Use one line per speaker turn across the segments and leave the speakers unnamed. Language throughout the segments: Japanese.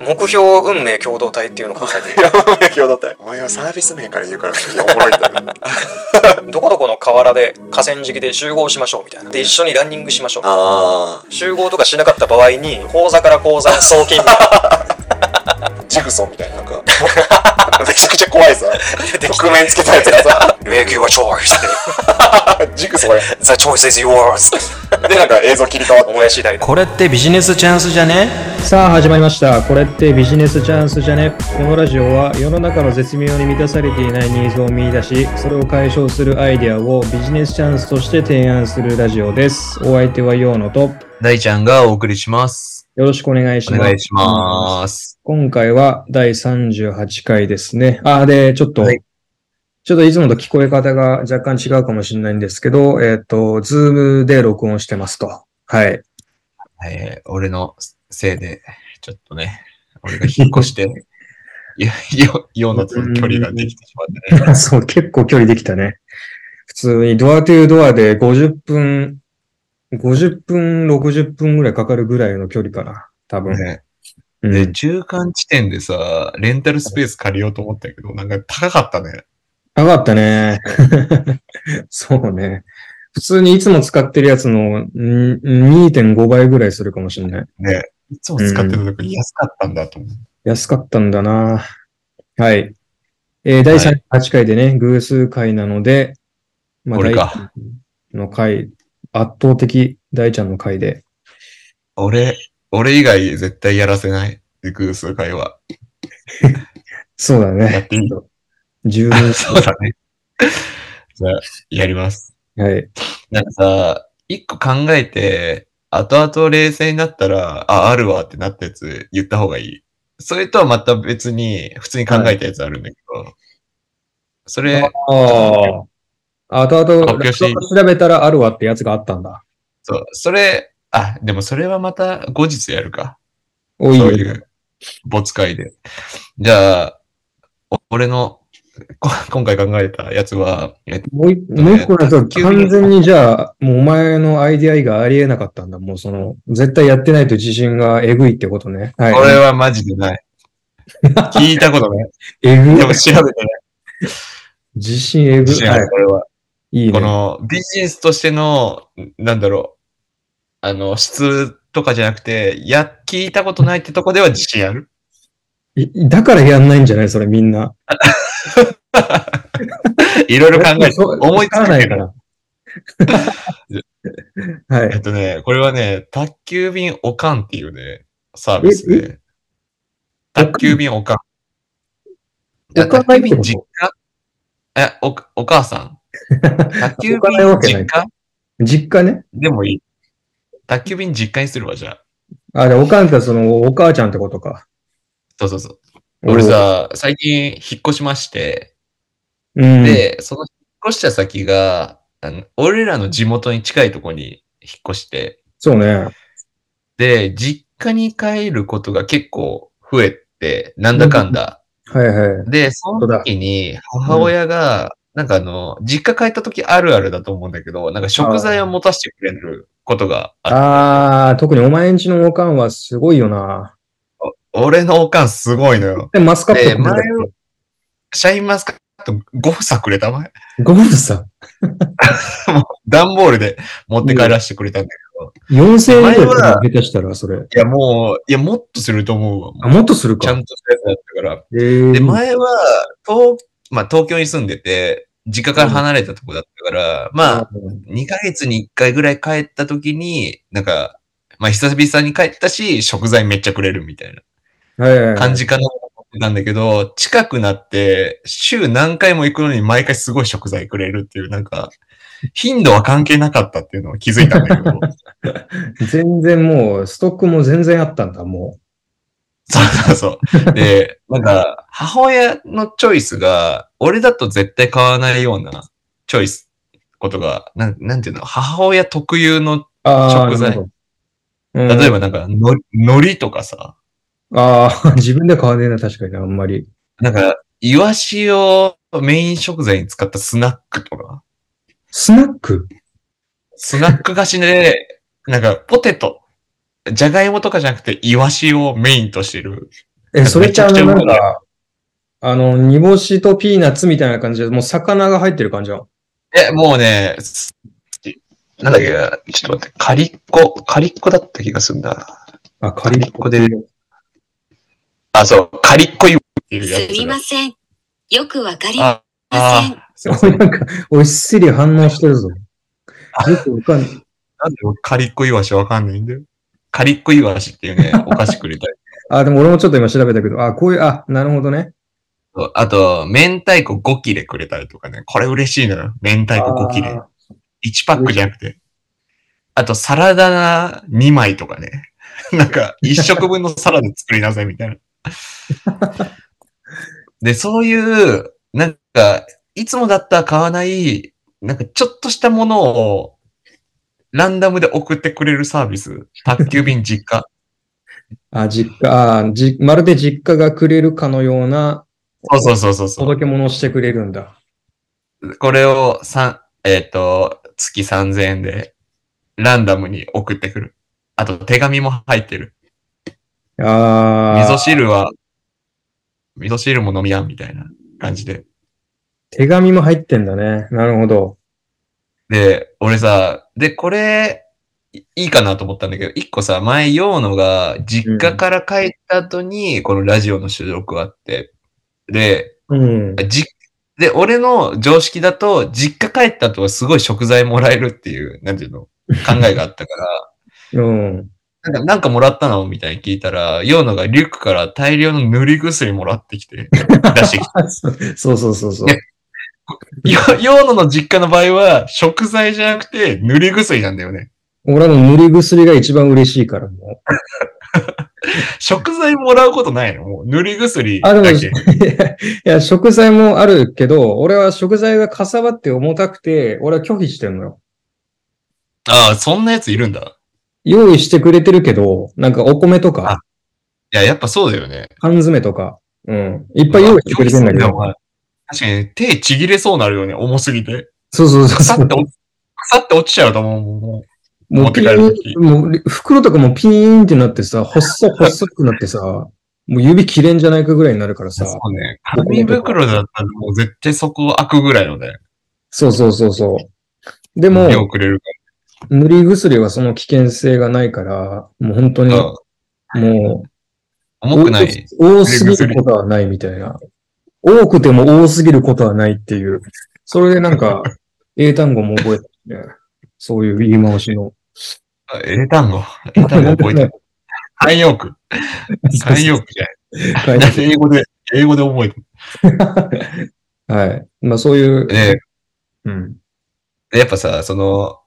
目標運命共同体っていうのを書い て
やばい今日だったよお前はサービス名から言うからおもろいんだよ
どこどこの河原で河川敷で集合しましょうみたいなで一緒にランニングしましょう
あ
集合とかしなかった場合に口座から口座に送金み たい
あジグソンみたいななんか めちゃくちゃ怖いさ覆面つけたやつがさ
な Make your choice
ジグソンや
The choice is yours
でなんか映像切り替わって
思い出し代
これってビジネスチャンスじゃね
さあ始まりました。これってビジネスチャンスじゃねこのラジオは世の中の絶妙に満たされていないニーズを見出し、それを解消するアイデアをビジネスチャンスとして提案するラジオです。お相手はヨーノとよ
大ちゃんがお送りします。
ろしくお願いし
お
ます。
願いします。
今回は第38回ですね。あ、で、ちょっと、
はい
ちょっといつもと聞こえ方が若干違うかもしれないんですけど、えっ、と、ズームで録音してますと。はい。
はい、俺のせいで、ちょっと ね、俺が引っ越して、 いや、よ、よのとの距離ができてしまってね。
そう、結構距離できたね。普通にドアトゥードアで50分、50分、60分ぐらいかかるぐらいの距離かな。多分。
ね
う
で、
ん、
中間地点でさ、レンタルスペース借りようと思ったけど、なんか高かったね。
上がった ね。そうね。普通にいつも使ってるやつのん2.5倍ぐらいするかもしれない。
ね。いつも使ってたとこ安かったんだと思う。
安かったんだな。はい。えー第38回でね、偶数回なので、まあ、
俺
大ちゃ
か。
んの回、圧倒的大ちゃんの回で、
俺、俺以外絶対やらせない。で、偶数回は。
そうだね。
やっていい
十
あ
分。
そうだね。じゃあ、やります。
はい。
なんかさ、一個考えて、後々冷静になったら、あ、あるわってなったやつ言った方がいい。それとはまた別に、普通に考えたやつあるんだけど、それ、
ああ。あとあと、
発表していい
調べたらあるわってやつがあったんだ。
そう、それ、あ、でもそれはまた後日やるか。
おい
そう
い
い
よ。
う、没会で。じゃあ、お俺の、こ今回考えたやつは、えっと
もう一もう一個なんか
急に
完全にじゃあ、もうお前のアイディア以外ありえなかったんだ。もうその、絶対やってないと自信がえぐいってことね。はい。
これはマジで ない。聞いたことない。
えぐい
でも調べてない。
自信えぐい。
自信あ
は
る、これは。
い。いい
こ
ね。
のビジネスとしての、なんだろう、あの、質とかじゃなくて、や、聞いたことないってとこでは自信ある。
いだからやんないんじゃないそれみんな。
いろいろ考えて、
そう
思いつか
わ
な
ない
い
か
から。
ら。は
えっ
い。
とね、これはね、宅急便おかんっていうね、サービスで。宅急便おかん。
おかんないっ
宅
てこと
急便実家え、お、お母さ ん。宅急便
おかないわけない
実家
実家ね。
でもいい。宅急便実家にするわ、じゃあ。
あ、で、おかんってその、お母ちゃんってことか。
そうそうそう。俺さ、最近引っ越しまして、
おう、うん。
で、その引っ越した先が、あの俺らの地元に近いとこに引っ越して、
そうね。
で、実家に帰ることが結構増えて、なんだかんだ。
はいはい。
で、その時に母親が、なんかあの、実家帰った時あるあるだと思うんだけど、なんか食材を持たせてくれることがあっ
ああ、特にお前んちのおかんはすごいよな。
俺のおかんすごいのよ。
で、マスカット
で、
くれた
前を、シャインマスカット5房くれた前
ゴールさ、
段ボールで持って帰らせてくれたんだ
4000円ぐらい
前は
下手したら、それ。
けど、いやもう、いやもっとすると思うわ。
あ、もっとする
ちゃ
か。
んとしたやつだったから。
えー
で、前は、東、まあ、東京に住んでて、実家から離れたとこだったから、まあ、2ヶ月に1回ぐらい帰った時に、なんか、まあ、久々に帰ったし、食材めっちゃくれるみたい
はいはいは
ない感じかなと思ってたんだけど、近くなって、週何回も行くのに毎回すごい食材くれるっていう、なんか、頻度は関係なかったっていうのを気づいたんだけど、
全然もう、ストックも全然あったんだ、も
そうそうそう。で、なんか、母親のチョイスが、俺だと絶対買わないようなチョイス、ことが、なん、なんていうの、母親特有の、
う。ああ、
食材
なるほど。
例
ば。
えばなんか、の、海苔とかさ、
ああ、 自分では買わねえな、確かにな、あんまり。
なんか、イワシをメイン食材に使ったスナックとか、
スナック
スナック菓子で、なんか、ポテトじゃがいもとかじゃなくて、イワシをメインとしてる。
え、それちゃあ
めちゃくち
な
ゃうま
ん
いな
か、あの、煮干しとピーナッツみたいな感じで、もう魚が入ってる感じなの。
え、もうね、すなんだっけな、ちょっと待って、カリッコ、カリッコだった気がするんだ。
あ、カ
カ
リ
リ
ッ
ッコで、あ、そう、カリッコイワシっていうやつ
すみません。よくわかりま
あ
せん。
あー、すいません。な ん
なんか、おいっしり反応してるぞ。よくわかんない。
で俺カリッコイワシわかんないんだよ。カリッコイワシっていうね、お菓子くれたり。
あ、でも俺もちょっと今調べたけど、あ、こういう、あ、なるほどね。
そうあと、明太子5切れくれたりとかね。これ嬉しいのよ。明太子5切れ。
あ
1パックじゃなくて。あと、サラダ菜2枚とかね。 なんか、1食分のサラダ作りなさいみたいな。で、そういう、なんか、いつもだったら買わない、なんかちょっとしたものを、ランダムで送ってくれるサービス。宅急便実家。
あ、実家、あ、じ、まるで実家がくれるかのような
そうそうそうそうそう。
届け物をしてくれるんだ。
これを三えっ、と、月3000円で、ランダムに送ってくる。あと、手紙も入ってる。味
あ
噌
あ、
汁は、味噌汁も飲みやんみたいな感じで。
手紙も入ってんだね。なるほど。
で、俺さ、で、これ、いいいかなと思ったんだけど、一個さ、前、用のが、実家から帰った後に、このラジオの収録があって、で、
うん。
じ、で、俺の常識だと、実家帰った後はすごい食材もらえるっていう、なんていうの、考えがあったから、
うん。
なんかなんかもらったのみたいに聞いたら、ヨーノがリュックから大量の塗り薬もらってき て、出してき
あそうそうそうそうそう。
ねて。ヨーノの実家の場合は、食材じゃなくて塗り薬なんだよね。
俺はもう塗り薬が一番嬉しいからも
食材もらうことないのもう塗り薬
あ
だ
でも
け。
う。いやいや、食材もあるけど、俺は食材がかさばって重たくて、俺は拒否してんのよ。
ああ、そんなやついるんだ。
用意してくれてるけど、なんかお米とか、
いや、やっぱそうだよね。
缶詰とか、うん。いっぱい用意してくれてんだけ
いや
ど
お。前確かに手ちぎれそうなるよね、重すぎて。
そうそうそう
腐
そ
っ
う
て。落ち、腐って落ちちゃうと思うもん。もう
も
持
う
って
ピ
帰る時
ーン、もう袋とかもピーンってなってさ、細っ細くなってさ、もう指切れんじゃないかぐらいになるからさ。
そうね。紙袋だったらもう絶対そこ開くぐらいのね。
そうそうそうそう。でも
手、をくれるか
塗り薬はその危険性がないから、もう本当に、
ら。
もう、
重くない。
多多すぎることはないみたいな。多くても多すぎることはないっていう。それでなんか、 英単語も覚えたしね。そういう言い回しの。
あ英単語。英単語覚え てる。慣用句。慣用句じゃない。だって英語で、英語で覚えてる。
はい。まあそういう。
ね
うん。
やっぱさ、その、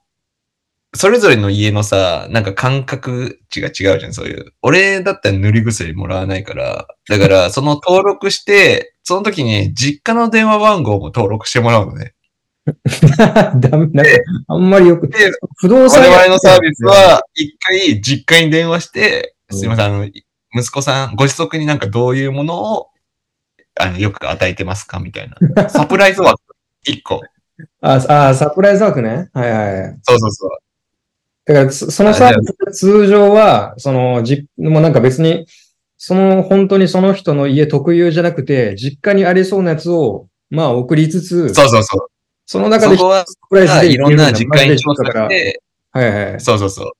それぞれの家のさ、なんか感覚値が違うじゃん、そういう。俺だったら塗り薬もらわないから。だから、その登録して、その時に実家の電話番号も登録してもらうのね。
ダメ、なんか、あんまりよく
で。
不動産
我
屋
々のサービス、は、一回実家に電話して、すいません、あの、息子さん、ご子息になんかどういうものを、あの、よく与えてますかみたい な。サプライズ枠、一個。
ああ、サプライズワークね。はいはいはい。
そうそうそう。
だから、そそのサービスが通常は、その、じ、もうなんか別に、その、本当にその人の家特有じゃなくて、実家にありそうなやつを、まあ送りつつ、
そうそうそう。
その中
そ
で
こは、
サプライズで
いろんな実家に
行
調
け
査
るのはマ
し
ジで
て、
はいはいはい。
そうそうそう。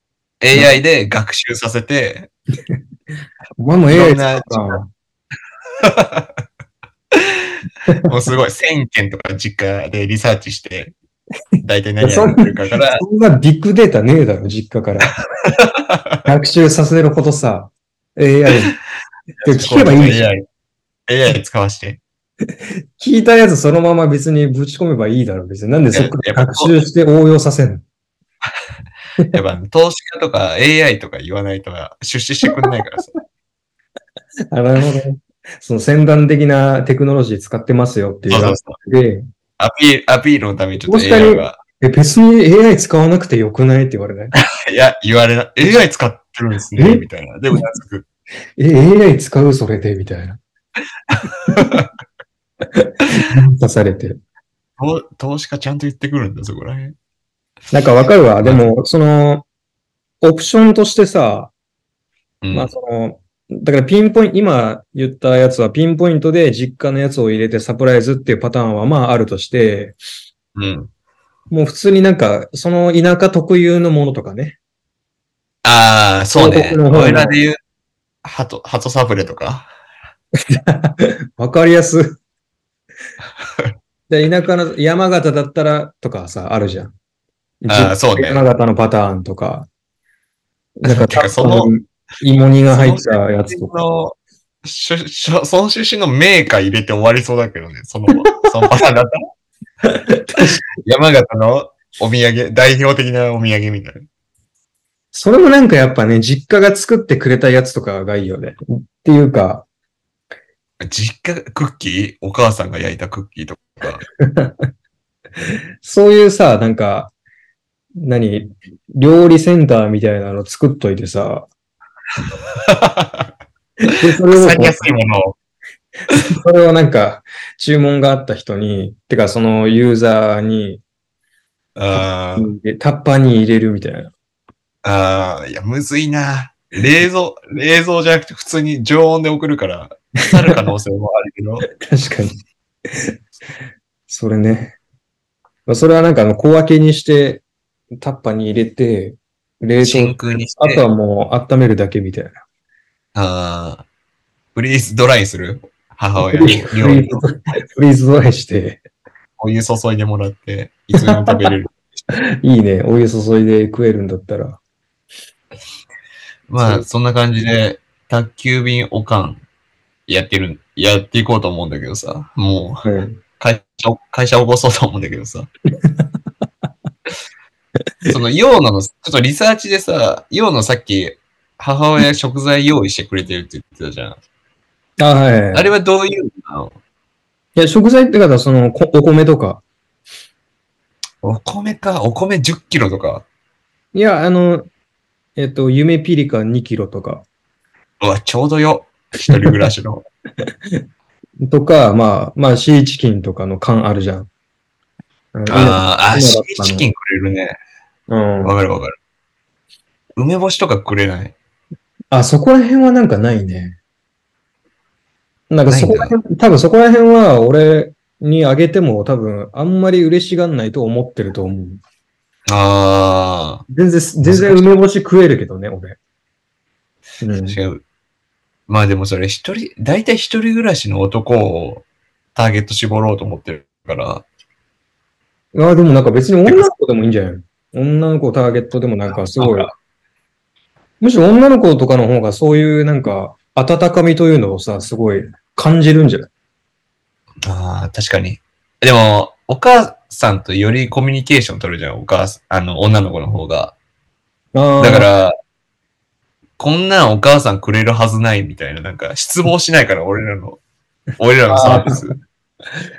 AI で学習させて、
お前もええ
いろ
や
ん
つ
な
だな。
もうすごい、1000件と か実家でリサーチして、大体何やってるかから、
そんなビッグデータねえだろ、実家から。 学習させることさ、AI。で聞けばいいんだよ。
AI。AI 使わして。
聞いたやつそのまま別にぶち込めばいいだろ、別に。なんでそっか
いや
ら学習して応用させんの
やっぱ投資家とか AI とか言わないと出資してくれないからさ。
あ、なるほど ね。その先端的なテクノロジー使ってますよ ってい
そう
う
そ
や
う
つ
そう。
で、
アピール、アピールのためにちょっと
投資家に
AI は、
え、別に AI 使わなくてよくないって言われない
いや、言われな、AI 使ってるんです
え
ね、みたいな。でも、なつく。
え、AI 使うそれでみたい な。刺されて。
投投資家ちゃんと言ってくるんだ、そこら辺。
なんかわかるわ。でも、その、オプションとしてさ、
うん
まあその、だからピンポイント、今言ったやつはピンポイントで実家のやつを入れてサプライズっていうパターンはまああるとして、
うん。
もう普通になんか、その田舎特有のものとかね。
ああ、そうね。
広告の方の
俺らで言う、ハト、ハトサブレとか。
わかりや す。で田舎の山形だったらとかさ、あるじゃん。
あーそうね
山形のパターンとか。 なんか、
てかその
芋煮が入ったやつとか。
その出身の、しゅしゅその出身のメーカー入れて終わりそうだけどね、その、 そのパターンだったら。山形のお土産、代表的なお土産みたいな。
それもなんかやっぱね、実家が作ってくれたやつとかがいいよね。っていうか、
実家、クッキーお母さんが焼いたクッキーとか。
そういうさ、なんか、何、料理センターみたいなの作っといてさ、でそれをこ
腐りや
う
すいものを。
それをなんか、注文があった人に、てかそのユーザーに、
あー
でタッパーに入れるみたいな。
あー、いや、むずいな。冷蔵、冷蔵じゃなくて普通に常温で送るから、腐る可能性もあるけど。
確 かに。それね。まあ、それはなんかあの小分けにして、タッパーに入れて、冷凍、
空にし
あとはもう温めるだけみたいな。
ああ。フリーズドライする母親
フ
に
リー
料理を
フリーズドライして、
お湯注いでもらって、いつでも食べ れる。
いいね。お湯注いで食えるんだったら。
まあ、そんな感じで、宅急便おかん、やってる、やっていこうと思うんだけどさ。もう、
うん。
会社、会社起こそうと思うんだけどさ。 その、用のの、ちょっとリサーチでさ、用のさっき、母親食材用意してくれてるって言ってたじゃん。
あ、はいはい。
あれはどういうの
いや、食材って方は、その、こお米とか。
お米か、お米10キロとか。
いや、あの、えっと、夢ピリカ2キロとか。
うわ、ちょうどよ。一人暮らしの。
とか、まあ、まあ、シーチキンとかの缶あるじゃん。 うん
あーあ、
今
シ
だっ
ー
たの
チキンくれるね。
うん。
わかるわかる。梅干しとかくれない。
あ、そこら辺はなんかないね。なんか
ない
そ
んだ
こら辺、多分そこら辺は俺にあげても多分あんまり嬉しがんないと思ってると思う。
ああ。
全然、全然梅干し食えるけどね、俺。うん
違う。まあでもそれ一人、大体一人暮らしの男をターゲット絞ろうと思ってるから、
ああ、でもなんか別に女の子でもいいんじゃない女の子をターゲットでもなんかすごい
なん。
むしろ女の子とかの方がそういうなんか温かみというのをさ、すごい感じるんじゃない
ああ、確かに。でも、お母さんとよりコミュニケーション取るじゃん、お母さん、あの、女の子の方が。
ああ、
だか。ら、こんなんお母さんくれるはずないみたいな、なんか失望しないから、俺ら の、俺らのサービス。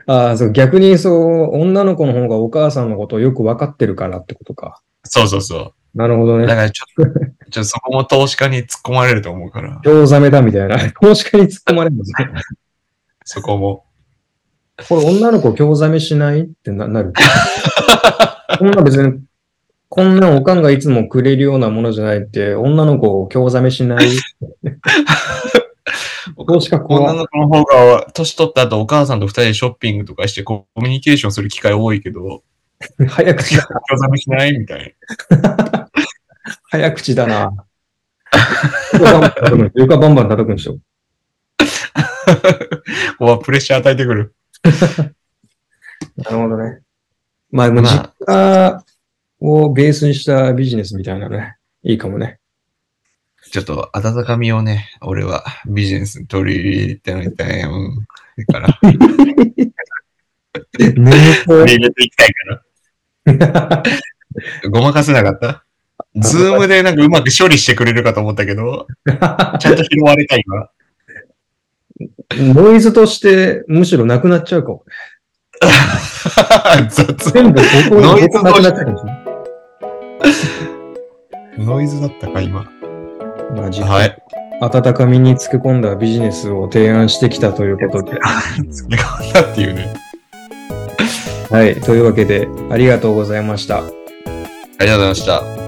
ああ、そう、逆にそう、女の子の方がお母さんのことをよくわかってるからってことか。
そうそうそ
なるほど
う。だ
ね。
からちょっと、ちょっとそこも投資家に突っ込まれると思うから、
興ざめだみたいな。 投資家に突っ込まれるんですね。
そこも。
これ女の子興ざめしないってな なる。こんな別に、こんなおかんがいつもくれるようなものじゃないって、女の子を興ざめし ない。投資家
女
怖
の子の方が、年取った後、お母さんと二人でショッピングとかして、コミュニケーションする機会多いけど、
早口だ、
興ざめしないみたい
早口だな。 床バンバン叩くん床バンバン叩くんでしょ。
な。ここはプレッシャー与えてくる。
なるほどね。まあ、でも
まあ
実家をベースにしたビジネスみたいなね。いいかもね。
ちょっと、温かみをね、俺はビジネスに取り入れてみたい。うん。だから、
眠そう
取り入れていきたい から。ごまかせなかったズームでなんかうまく処理してくれるかと思ったけ ど、ちゃんと拾われたいわ。
ノイズとしてむしろなくなっちゃうかも。
雑。
全部ここ
ノイズ
ここなくなっちゃうかもしれない。
ノイズだったか、今。
まあ、実
は。
はい 温かみにつけ込んだビジネスを提案してきたということで。
つけ込んだっていうね。
はい。というわけで、ありがとうございました。
ありがとうございました。